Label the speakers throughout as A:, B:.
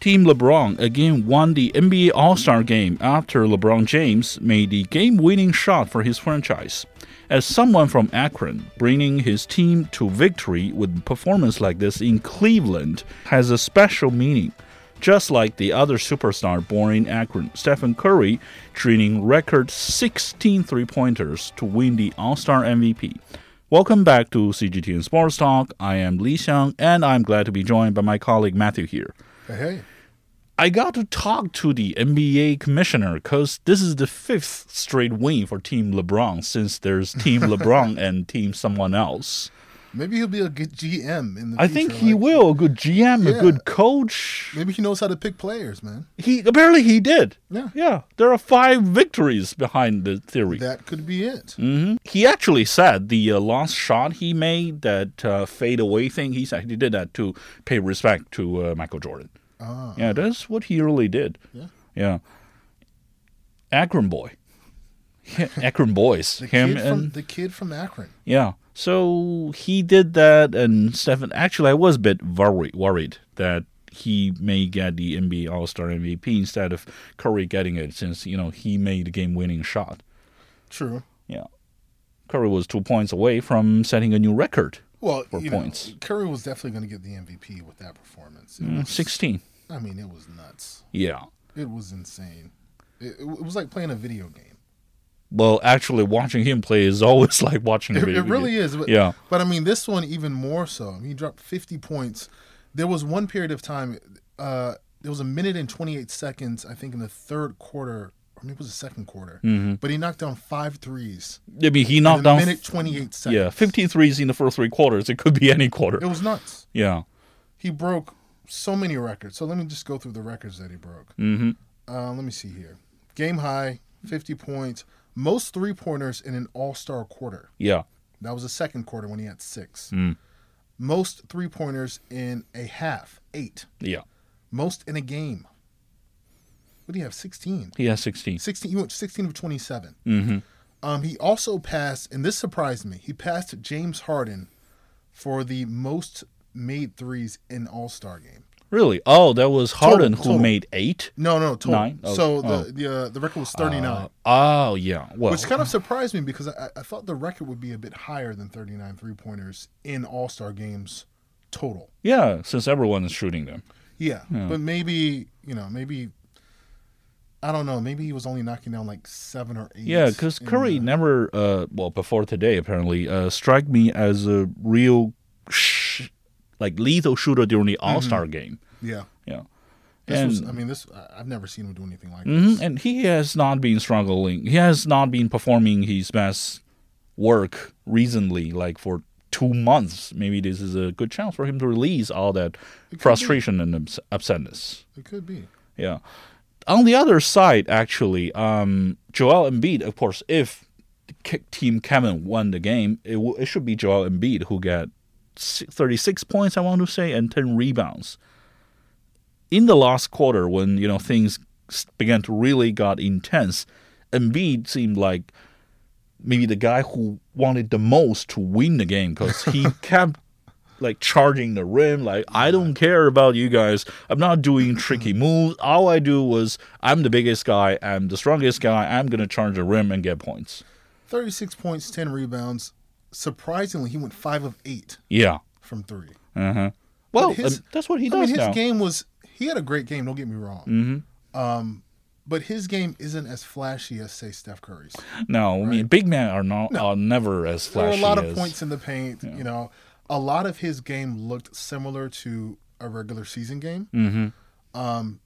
A: Team LeBron again won the NBA All Star game after LeBron James made the game winning shot for his franchise. As someone from Akron, bringing his team to victory with performance like this in Cleveland has a special meaning. Just like the other superstar born in Akron, Stephen Curry, draining record 16 three pointers to win the All Star MVP. Welcome back to CGTN Sports Talk. I am Li Xiang, and I'm glad to be joined by my colleague Matthew here.
B: Hey.
A: I got to talk to the NBA commissioner because this is the fifth straight win for Team LeBron since there's Team LeBron and Team someone else.
B: Maybe he'll be a good GM in the
A: I
B: future,
A: think he
B: like,
A: will. A good GM, a
B: Yeah.
A: good coach.
B: Maybe he knows how to pick players, man.
A: He apparently he did.
B: Yeah.
A: Yeah. There are five victories behind the theory.
B: That could be it.
A: Mm. he actually said the uh, last shot he made, that uh, fadeaway thing, he said he did that to pay respect to uh, Michael Jordan.
B: Ah.
A: Yeah, that's what he really did.
B: Yeah.
A: Yeah. Akron boy. Yeah, Akron boys.
B: The
A: Him
B: kid
A: and
B: from the kid from Akron.
A: yeah. So he did that, and Stefan. Actually, I was a bit worried, worried that he may get the NBA All Star MVP instead of Curry getting it, since you know he made the game-winning shot.
B: True.
A: Yeah, Curry was two points away from setting a new record,
B: Well,
A: Or
B: you know,
A: points. Mm.
B: Curry was definitely going to get the MVP with that performance. It was-
A: sixteen.
B: I mean, it was nuts.
A: Yeah.
B: It was insane. It, it was like playing a video game.
A: Well, actually, watching him play is always like watching a
B: It,
A: video
B: it really
A: game.
B: is. But,
A: Yeah.
B: But I mean, this one even more so. I mean, he dropped 50 points. There was one period of time. Uh, there was a minute and 28 seconds, I think, in the third quarter, or maybe it was the second quarter. But he knocked down five threes.
A: I mean, he Mm-hmm.
B: in
A: knocked
B: a
A: down
B: minute 28 seconds.
A: yeah 15 threes in the first three quarters. It could be any quarter.
B: It was nuts.
A: Yeah.
B: He broke so many records. So let me just go through the records that he broke.
A: Mm-hmm.
B: Uh, let me see here. Game high, 50 points, most three pointers in an all star quarter.
A: Yeah.
B: That was the second quarter when he had six.
A: Mm.
B: Most three pointers in a half, eight.
A: Yeah.
B: Most in a game. What do you have? 16.
A: He has 16.
B: 16 he went 16 of 27.
A: Mm-hmm.
B: Um, he also passed, and this surprised me. He passed James Harden for the most made threes in All Star game.
A: Really? Oh, that was Harden who
B: total.
A: made eight.
B: No, no, total.
A: Nine? Oh,
B: so
A: oh.
B: the the, uh, the record was 39,
A: Uh, oh, yeah. Well,
B: which kind of surprised me because I, I thought the record would be a bit higher than 39 three pointers in All Star games total.
A: yeah, since everyone is shooting them.
B: Yeah,
A: Yeah.
B: but maybe you know maybe. I don't know. Maybe he was only knocking down like seven or eight.
A: Yeah, because
B: in
A: Curry
B: the-
A: never, uh, well, before today apparently, uh, strike me as a real, sh- like lethal shooter during
B: Mm-hmm.
A: the All Star game.
B: yeah,
A: Yeah.
B: this
A: and,
B: was. I mean, this. I- I've never seen him do anything like
A: Mhm,
B: this.
A: and he has not been struggling. He has not been performing his best work recently, like for two months. Maybe this is a good chance for him to release all that
B: be.
A: frustration and ups- upsetness.
B: It could be.
A: Yeah. On the other side, actually, um, Joel Embiid, of course, if K- Team Kevin won the game, it, w- it should be Joel Embiid who got si- 36 points, I want to say, and 10 rebounds. In the last quarter, when you know things s- began to really got intense, Embiid seemed like maybe the guy who wanted the most to win the game because he kept like charging the rim like i don't care about you guys i'm not doing tricky moves all i do was i'm the biggest guy i'm the strongest guy i'm gonna charge the rim and get points
B: 36 points, 10 rebounds. Surprisingly, he went 5 of 8
A: yeah
B: from 3.
A: uh-huh well
B: But his-
A: um, that's what he
B: I mean,
A: does
B: his
A: now Mm-hmm.
B: game was he had a great game, don't get me wrong. Um but his game isn't as flashy as say Steph Curry's.
A: no i mean big men are not are never as
B: There were a
A: flashy
B: lot of
A: as
B: points in the paint, you know. A lot of his game looked similar to a regular season game.
A: Mhm.
B: Um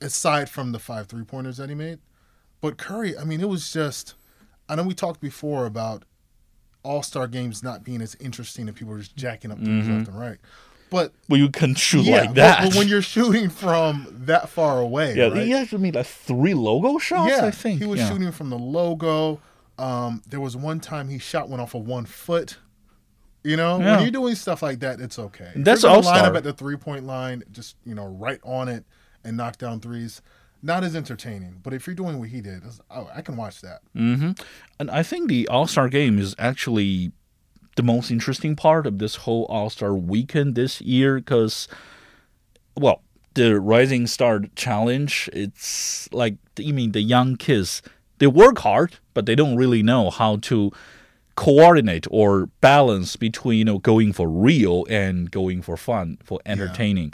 B: aside from the 5 three-pointers that he made. But Curry, I mean, it was just I know we talked before about all-star games not being as interesting and people were just jacking up things left and right. But
A: well you can shoot
B: yeah,
A: Mm-hmm. like
B: but-
A: that
B: But, when you're shooting from that far away,
A: yeah
B: right?
A: he actually made like three logo shots
B: yeah,
A: i think
B: he was
A: yeah.
B: shooting from the logo. Um, there was one time he shot one off of one foot. You know,
A: Yeah.
B: when you're doing stuff like that, it's okay. If
A: That's
B: you're gonna
A: all-star.
B: line up at the three point line, just you know, right on it and knock down threes. Not as entertaining, but if you're doing what he did, it's- oh, I can watch that.
A: hmm And I think the All Star game is actually the most interesting part of this whole All Star weekend this year because, well, the Rising Star Challenge, it's like you mean the young kids. They work hard, but they don't really know how to coordinate or balance between you know going for real and going for fun for entertaining.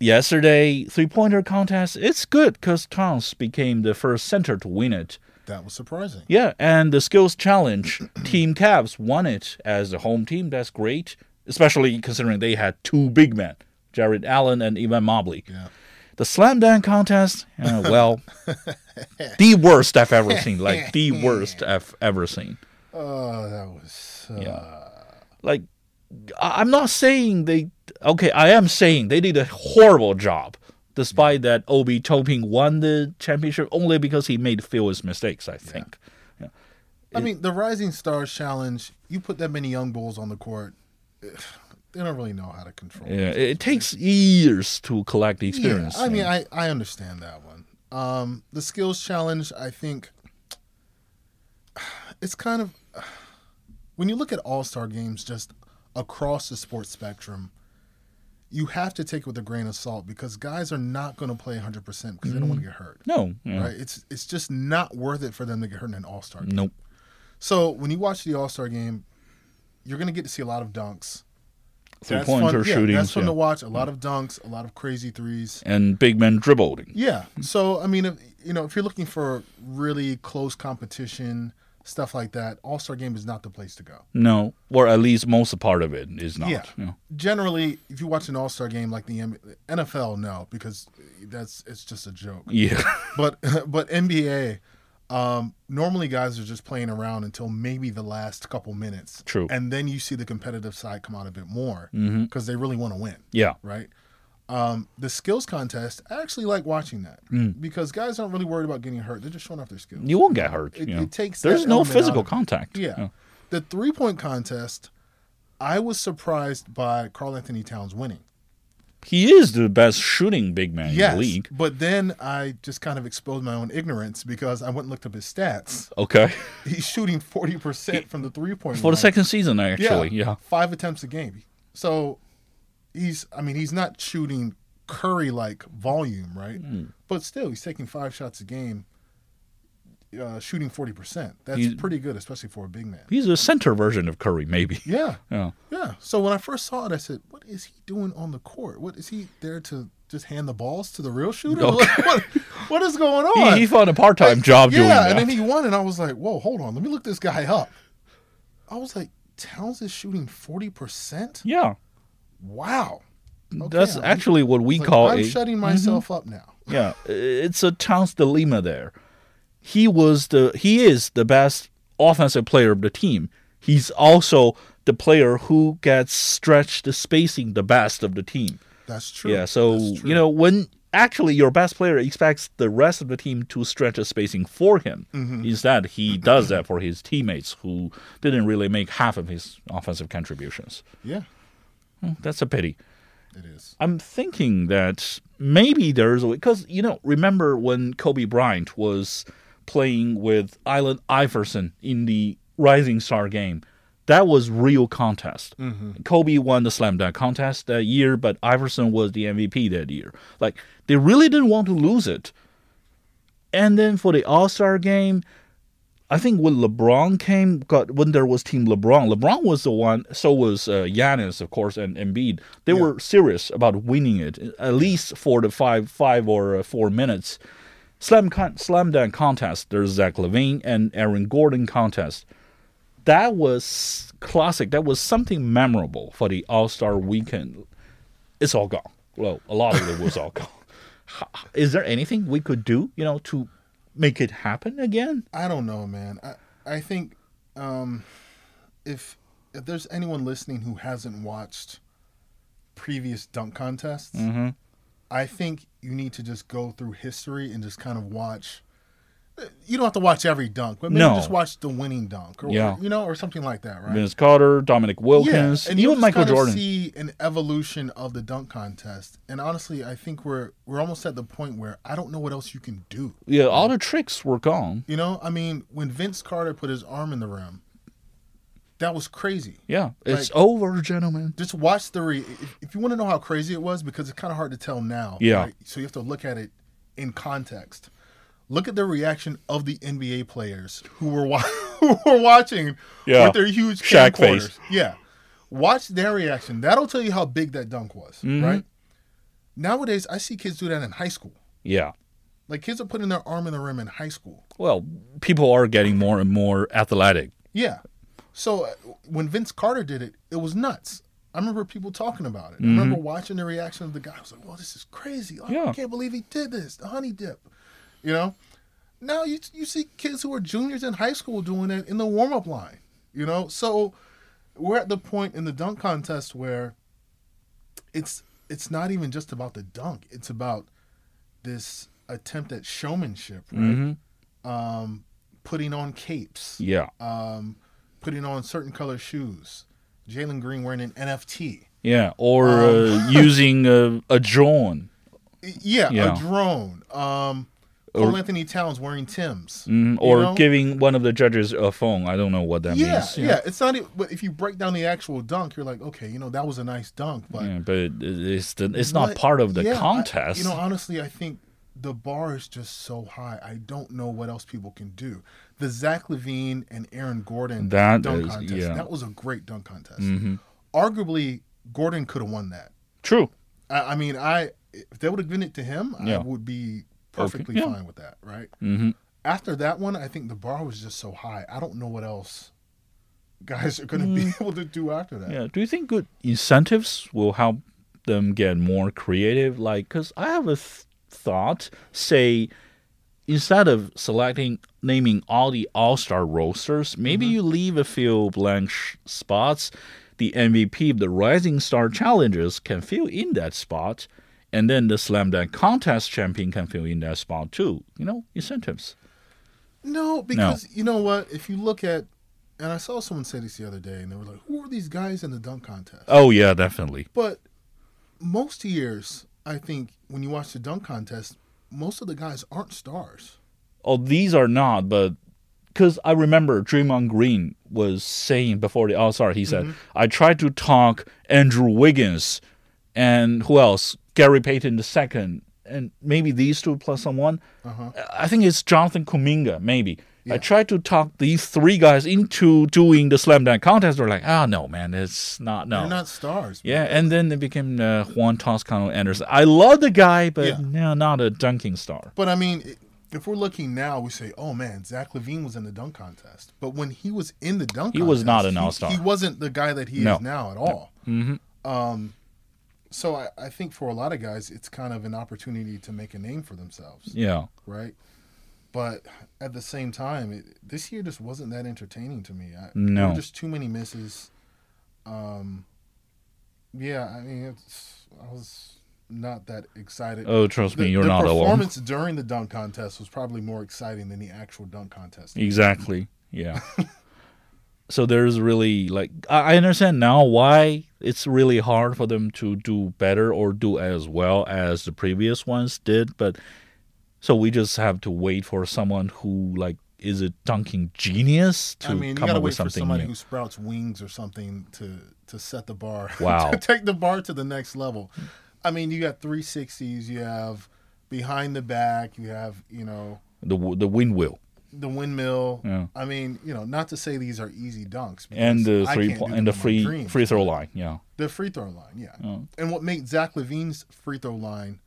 A: Yesterday, three pointer contest. It's good because Towns became the first center to win it.
B: That was surprising.
A: Yeah, and the skills challenge, Team Cavs won it as the home team. That's great, especially considering they had two big men, Jared Allen and Ivan Mobley.
B: Yeah.
A: The slam dunk contest, uh, well, the worst I've ever seen. Like the worst I've ever seen.
B: Oh, that was. Uh,
A: Like, I- I'm not saying they. Okay, I am saying they did a horrible job. Despite that, Obi Toping won the championship only because he made fewest mistakes. I think.
B: I mean, the Rising Stars Challenge. You put that many young bulls on the court, ugh, they don't really know how to control.
A: Yeah, it, it takes years to collect the
B: Yeah,
A: experience.
B: I mean, I, I understand that one. Um, the skills challenge, I think, it's kind of when you look at all star games just across the sports spectrum, you have to take it with a grain of salt because guys are not going to play 100% because they don't want to get hurt.
A: no, Mm-hmm. yeah, Mm-hmm.
B: Right? It's it's just not worth it for them to get hurt in an all star game.
A: nope.
B: So when you watch the all star game, you're going to get to see a lot of dunks.
A: Three
B: That's
A: pointer
B: fun- yeah,
A: shootings,
B: That's fun
A: yeah. Mm-hmm.
B: to watch. A lot of dunks, a lot of crazy threes.
A: and big men dribbling.
B: Yeah. So I mean, if, you know, if you're looking for really close competition, stuff like that, All Star Game is not the place to go.
A: No, or at least most part of it is not.
B: Yeah.
A: you know.
B: Generally, if you watch an All Star Game like the M- NFL, no, because that's it's just a joke.
A: Yeah.
B: But but NBA, um, normally guys are just playing around until maybe the last couple minutes.
A: True.
B: And then you see the competitive side come out a bit more because they really want to win.
A: yeah.
B: right? Um, the skills contest, I actually like watching that because guys aren't really worried about getting hurt. They're just showing off their skills.
A: You won't get hurt.
B: It-
A: you know.
B: it takes
A: There's
B: that
A: no
B: element out
A: physical
B: of it.
A: contact.
B: yeah. The three point contest, I was surprised by Carl Anthony Towns winning.
A: He is the best shooting big man
B: Yes.
A: in the league.
B: But then I just kind of exposed my own ignorance because I went and looked up his stats.
A: Okay.
B: He's shooting 40% from the three point
A: For the second season, actually. Yeah.
B: Five attempts a game. So he's I mean, he's not shooting curry like volume, right?
A: Hmm.
B: But still he's taking five shots a game, uh, shooting forty percent. That's
A: He's-
B: pretty good, especially for a big man.
A: He's a center version of Curry, maybe.
B: Yeah.
A: Yeah.
B: Yeah. So when I first saw it I said, What is he doing on the court? What is he there to just hand the balls to the real shooter?
A: Okay.
B: Like, what, what is going on?
A: He, he found a part time job
B: yeah,
A: doing that.
B: and then he won, and I was like, "Whoa, hold on, let me look this guy up." I was like, "Towns is shooting forty percent.
A: yeah.
B: Wow, Okay,
A: That's
B: I'm-
A: actually what we
B: like,
A: call
B: I'm
A: a
B: shutting myself up now.
A: yeah, Uh, it's a Towns dilemma there. He was the he is the best offensive player of the team. He's also the player who gets stretched the spacing the best of the team.
B: That's true.
A: Yeah, so
B: That's true.
A: you know when actually your best player expects the rest of the team to stretch the spacing for him.
B: Mm-hmm.
A: Instead, he does that for his teammates who didn't really make half of his offensive contributions.
B: yeah,
A: Hmm, That's a pity.
B: it is.
A: I'm thinking that maybe there's a way because you know remember when Kobe Bryant was playing with Allen Iverson in the Rising Star game, that was real contest. Kobe won the slam dunk contest that year, but Iverson was the MVP that year. Like they really didn't want to lose it. And then for the All Star game, I think when LeBron came, got when there was Team LeBron, LeBron was the one. So was uh, Giannis, of course, and Embiid. They were serious about winning it, at least for the five, five or uh, four minutes. Slam con- slam dunk contest. There's Zach Levine and Aaron Gordon contest. That was classic. That was something memorable for the All Star weekend. It's all gone. Well, a lot of it was all gone. Ha- Is there anything we could do, you know, to make it happen again?
B: I don't know, man. I I think um, if if there's anyone listening who hasn't watched previous dunk contests,
A: Mm-hmm.
B: I think you need to just go through history and just kind of watch. eh, You don't have to watch every dunk, but maybe
A: No.
B: just watch the winning dunk, or
A: Yeah.
B: you know, or something like that, right?
A: Vince Carter, Dominic Wilkins,
B: and you'll
A: even
B: just
A: Michael
B: kind of
A: Jordan.
B: see an evolution of the dunk contest. And honestly, I think we're we're almost at the point where I don't know what else you can do.
A: yeah, all the tricks were gone.
B: You know, I mean, when Vince Carter put his arm in the rim, That was crazy.
A: Yeah, it's
B: Like-
A: over, gentlemen.
B: Just watch the re. If, if you want to know how crazy it was, because it's kind of hard to tell now.
A: Yeah.
B: So you have to look at it in context. Look at the reaction of the NBA players who were wa- who were watching
A: Yeah.
B: with their huge
A: Shaq face.
B: camcorders. Yeah. Watch their reaction. That'll tell you how big that dunk was,
A: Mm-hmm.
B: right? Nowadays, I see kids do that in high school.
A: Yeah.
B: Like kids are putting their arm in the rim in high school.
A: Well, people are getting more and more athletic.
B: Yeah. So uh, when Vince Carter did it, it was nuts. I remember people talking about it. I remember watching the reaction of the guy. I was like, "Well, this is crazy! Oh,
A: Yeah.
B: I can't believe he did this." The honey dip, you know. Now you you see kids who are juniors in high school doing it in the warm up line, you know. So we're at the point in the dunk contest where it's it's not even just about the dunk. It's about this attempt at showmanship, right? Um, putting on capes
A: Yeah.
B: um, putting on certain color shoes. Jalen Green wearing an NFT.
A: Yeah. Or
B: Um,
A: uh, using a, a drone.
B: Y- Yeah,
A: Yeah.
B: a drone. Um,
A: Or-
B: Cole Anthony Towns wearing Tim's.
A: Mhm.
B: you
A: Or
B: know?
A: giving one of the judges a phone. I don't know what that
B: yeah,
A: means.
B: yeah, It's not. e- But if you break down the actual dunk, you're like, okay, you know, that was a nice dunk, but
A: Yeah, but it- it's the, it's not
B: What-
A: part of the
B: yeah, I-
A: contest.
B: you know, honestly, I think the bar is just so high. I don't know what else people can do. The Zach Levine and Aaron Gordon
A: That
B: dunk
A: is-
B: contest.
A: yeah. Mm.
B: That was a great dunk contest. Arguably, Gordon could have won that.
A: Mm-hmm. True.
B: I, I mean, I if they would have given it to him,
A: Yeah.
B: I would be perfectly
A: yeah.
B: fine with that, right?
A: hmm
B: After that one, I think the bar was just so high. I don't know what else guys are going to be able to do after that.
A: Mm. Yeah. Do you think good incentives will help them get more creative? Like, because I have a th- thought, say, instead of selecting, naming all the all star rosters, maybe you leave a few blank sh- spots. The MVP, the Rising Star Challenges can fill in that spot. And then the slam dunk contest champion can fill in that spot too. You know, incentives.
B: No, because you know what? If you look at, and I saw someone say this the other day, and they were like, "Who are these guys in the dunk contest?"
A: Oh yeah, definitely.
B: But most years, I think when you watch the dunk contest, most of the guys aren't stars.
A: oh, these are not, but because I remember Draymond Green was saying before the All Star, he said,
B: Mm-hmm.
A: I tried to talk Andrew Wiggins and who else? Gary Payton II, and maybe these two plus someone.
B: Uh-huh.
A: I think it's Jonathan Kuminga, maybe. I tried to talk these three guys into doing the slam dunk contest. They're like, ah, no, man, it's not, no.
B: They're not stars.
A: yeah, and then they became uh, Juan Toscano Anderson. I love the guy, but
B: Yeah.
A: no, not a dunking star.
B: But I mean, i- if we're looking now, we say, "Oh man, Zach Levine was in the dunk contest." But when he was in the dunk,
A: He was
B: contest,
A: not an
B: he-
A: all-star.
B: He, wasn't the guy that he
A: No. Mm-hmm.
B: is now at all. Um, so I, I think for a lot of guys, it's kind of an opportunity to make a name for themselves,
A: Yeah.
B: right? But at the same time, it, this year just wasn't that entertaining to me. I, there
A: No.
B: were just too many misses. Um, yeah, I mean, it's, I was not that excited
A: Oh, trust me, you're
B: the
A: not alone.
B: performance during the dunk contest was probably more exciting than the actual dunk contest.
A: Exactly. Yeah. so there's really like I I understand now why it's really hard for them to do better or do as well as the previous ones did, but so we just have to wait for someone who like is a dunking genius to
B: I mean, you
A: come
B: gotta
A: up with
B: wait for
A: something
B: somebody
A: new.
B: who sprouts wings or something to to set the bar.
A: Wow.
B: to take the bar to the next level. I mean, you got three sixties. You have behind the back. You have you know
A: The w- the wind will
B: the windmill.
A: Yeah.
B: I mean, you know, not to say these are easy dunks.
A: Hmm. and
B: because
A: the
B: I
A: three
B: can't
A: po-
B: do
A: and the
B: them in my
A: free
B: dreams.
A: free throw line. Yeah.
B: The free throw line, yeah.
A: Oh.
B: And what made Zach Levine's free throw line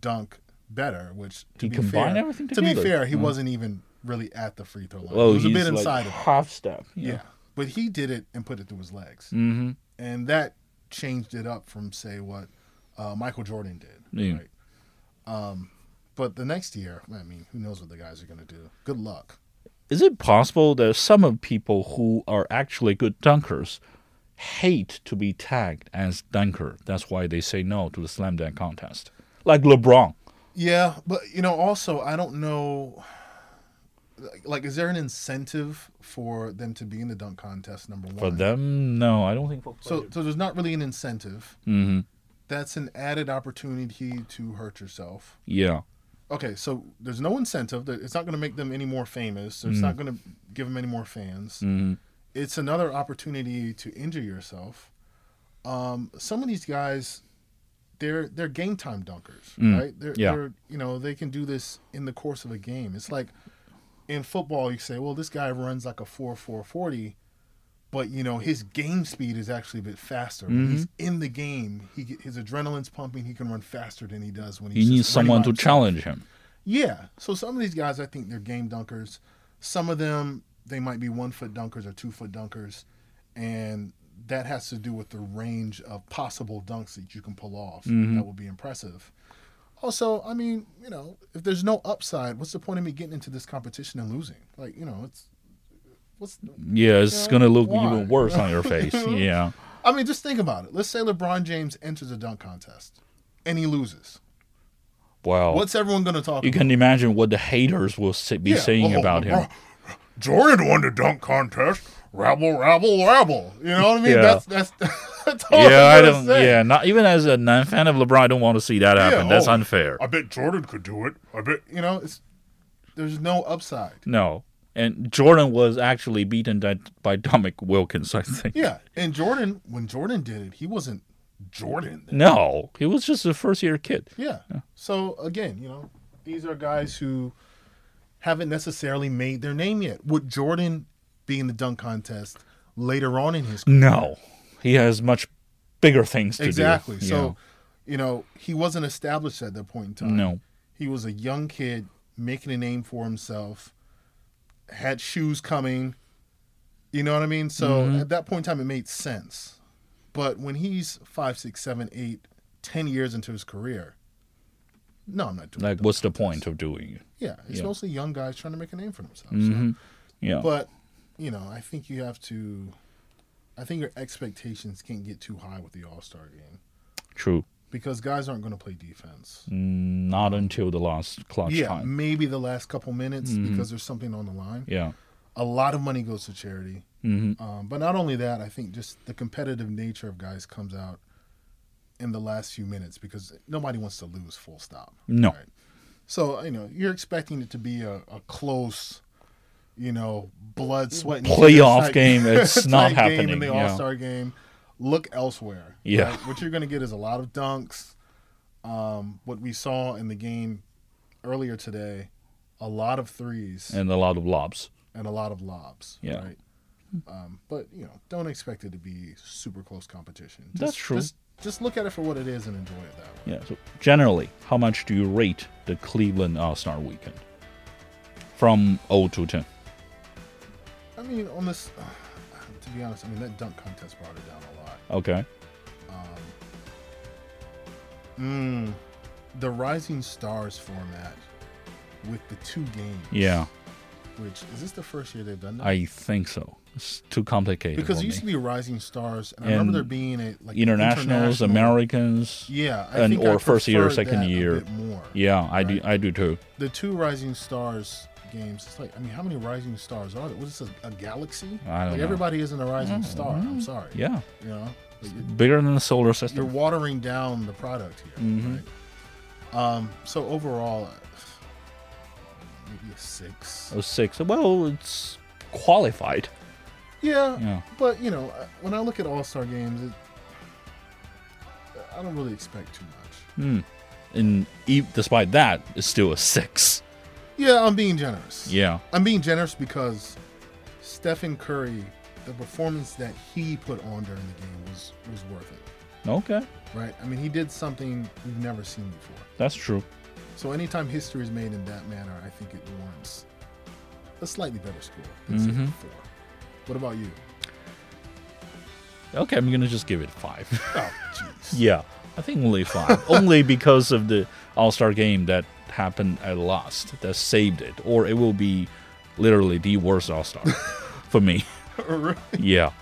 B: dunk better, which to
A: He
B: be
A: combined
B: fair,
A: everything
B: To
A: together.
B: be fair, he wasn't even really at the free throw line.
A: Oh,
B: he was a
A: he's
B: bit
A: like
B: inside of it.
A: half step.
B: Yeah.
A: Yeah.
B: But he did it and put it through his legs.
A: Mm-hmm.
B: And that changed it up from say what uh, Michael Jordan did.
A: Yeah.
B: Right. Um but the next year, I mean, who knows what the guys are gonna do. Good luck.
A: is it possible that some of people who are actually good dunkers hate to be tagged as dunker? That's why they say no to the slam dunk contest. Like LeBron.
B: Yeah, but you know, also I don't know. Like, like, is there an incentive for them to be in the dunk contest? Number one,
A: For them, no, I don't think for
B: so so there's not really an incentive.
A: hmm
B: That's an added opportunity to hurt yourself.
A: Yeah.
B: Okay, so there's no incentive. That- It's not going to make them any more famous. It's not going to give them any more fans.
A: Mhm.
B: it's another opportunity to injure yourself. Um, some of these guys, they're they're game time dunkers,
A: Mm,
B: right? They're,
A: yeah.
B: they're you know they can do this in the course of a game. It's like in football, you say, well, this guy runs like a four four forty, but you know his game speed is actually a bit faster. When he's
A: Mm-hmm.
B: in the game, he get- his adrenaline's pumping. He can run faster than he does when he's
A: He needs
B: just running
A: someone
B: by
A: to
B: himself.
A: challenge him.
B: Yeah. So some of these guys, I think they're game dunkers. Some of them, they might be one foot dunkers or two foot dunkers. And that has to do with the range of possible dunks that you can pull off. That would be impressive. Also, I mean, you know, if there's no upside, what's the point of me getting into this competition and losing? Like, you know, it's. What's,
A: Yeah, it's
B: Yeah,
A: gonna look
B: why?
A: even worse on your face. Yeah,
B: I mean, just think about it. Let's say LeBron James enters a dunk contest and he loses.
A: wow.
B: What's everyone going to talk
A: you
B: about?
A: can imagine what the haters will si- be
B: Yeah,
A: saying
B: oh,
A: about him.
B: bro, Jordan won the dunk contest. Rabble, rabble, rabble. You know what I mean?
A: Yeah.
B: That's that's that's all
A: Yeah, I
B: I'm gonna
A: don't.
B: say.
A: Yeah, not even as a non-fan of LeBron, I don't want to see that happen. That's
B: oh.
A: unfair.
B: I bet Jordan could do it. I bet you know. It's there's no upside.
A: No, and Jordan was actually beaten by, by Dominic Wilkins, I think.
B: Yeah, and Jordan when Jordan did it, he wasn't Jordan. then.
A: No, he was just a first-year kid.
B: Yeah. So again, you know, these are guys who haven't necessarily made their name yet. Would Jordan be in the dunk contest later on in his career?
A: No, he has much bigger things to
B: Exactly.
A: do.
B: So, you know, he wasn't established at that point in
A: Yeah.
B: time.
A: no,
B: He was a young kid making a name for himself, had shoes coming. You know what I mean? So
A: Mm-hmm.
B: at that point in time, it made sense. But when he's five, six, seven, eight, ten years into his career, no, I'm not doing
A: like, what's the point of doing it?
B: it. Yeah, it's
A: yeah.
B: mostly young guys trying to make a name for themselves.
A: hmm Yeah,
B: But, you know, I think you have to. I think your expectations can't get too high with the All Star game
A: true.
B: because guys aren't going to play defense.
A: Mm, Not until the last clutch
B: yeah,
A: time.
B: maybe the last couple minutes because there's something on the line.
A: Yeah.
B: A lot of money goes to charity,
A: hmm
B: um, but not only that, I think just the competitive nature of guys comes out in the last few minutes because nobody wants to lose. Full stop.
A: No.
B: So you know you're expecting it to be a, a close, you know, blood sweat and
A: Playoff
B: tears type-
A: game. It's not
B: type game
A: happening,
B: in the
A: yeah.
B: All Star game. Look elsewhere.
A: Yeah.
B: Right? What you're going to get is a lot of dunks. Um, what we saw in the game earlier today, a lot of threes
A: And a lot of lobs.
B: and a lot of lobs.
A: Yeah.
B: Right. Um, but you know, don't expect it to be super close competition. Just,
A: That's true.
B: Just, just look at it for what it is and enjoy it that way.
A: Yeah. So generally, how much do you rate the Cleveland All Star Weekend from 0 to 10?
B: I mean, on this, to be honest, I mean that dunk contest brought it down a lot.
A: Okay.
B: Mm, the Rising Stars format with the two games.
A: Yeah,
B: Which is this the first year they've done that?
A: I think so. It's too complicated
B: because
A: for
B: it used to
A: me.
B: be Rising Stars, and, I remember
A: And
B: there being a like
A: Internationals,
B: international-
A: Americans.
B: Yeah, I
A: and-
B: think I
A: or first year,
B: preferred
A: second
B: that a
A: year.
B: bit more.
A: Yeah, I do.
B: Right.
A: I do too.
B: The two Rising Stars games. It's like I mean, how many Rising Stars are there? What is this? A galaxy?
A: I don't
B: like
A: know. Mm-hmm.
B: everybody isn't a Rising Star. I'm sorry.
A: Yeah,
B: You know, Like, it-
A: bigger than the solar
B: you're
A: system.
B: watering down the product here.
A: Mhm.
B: Right? Um, so overall, uh, maybe a six.
A: Oh, six. Well, it's qualified.
B: Yeah,
A: Yeah.
B: but you know, uh, when I look at All Star games, it, I don't really expect too much.
A: Hmm. And e- despite that, it's still a six.
B: Yeah, I'm being generous.
A: Yeah.
B: I'm being generous because Stephen Curry, the performance that he put on during the game was was worth it.
A: Okay.
B: Right? I mean, he did something we've never seen before.
A: That's true.
B: So anytime history is made in that manner, I think it warrants a slightly better score than say,
A: Mhm.
B: four. What about you?
A: Okay, I'm gonna just give it five.
B: Oh, jeez.
A: yeah, I think only five. only because of the All Star game that happened at last that saved it, or it will be literally the worst All Star for me.
B: Really?
A: Yeah.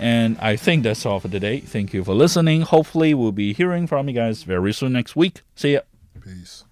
A: And I think that's all for today. Thank you for listening. Hopefully, we'll be hearing from you guys very soon next week. See ya.
B: Peace.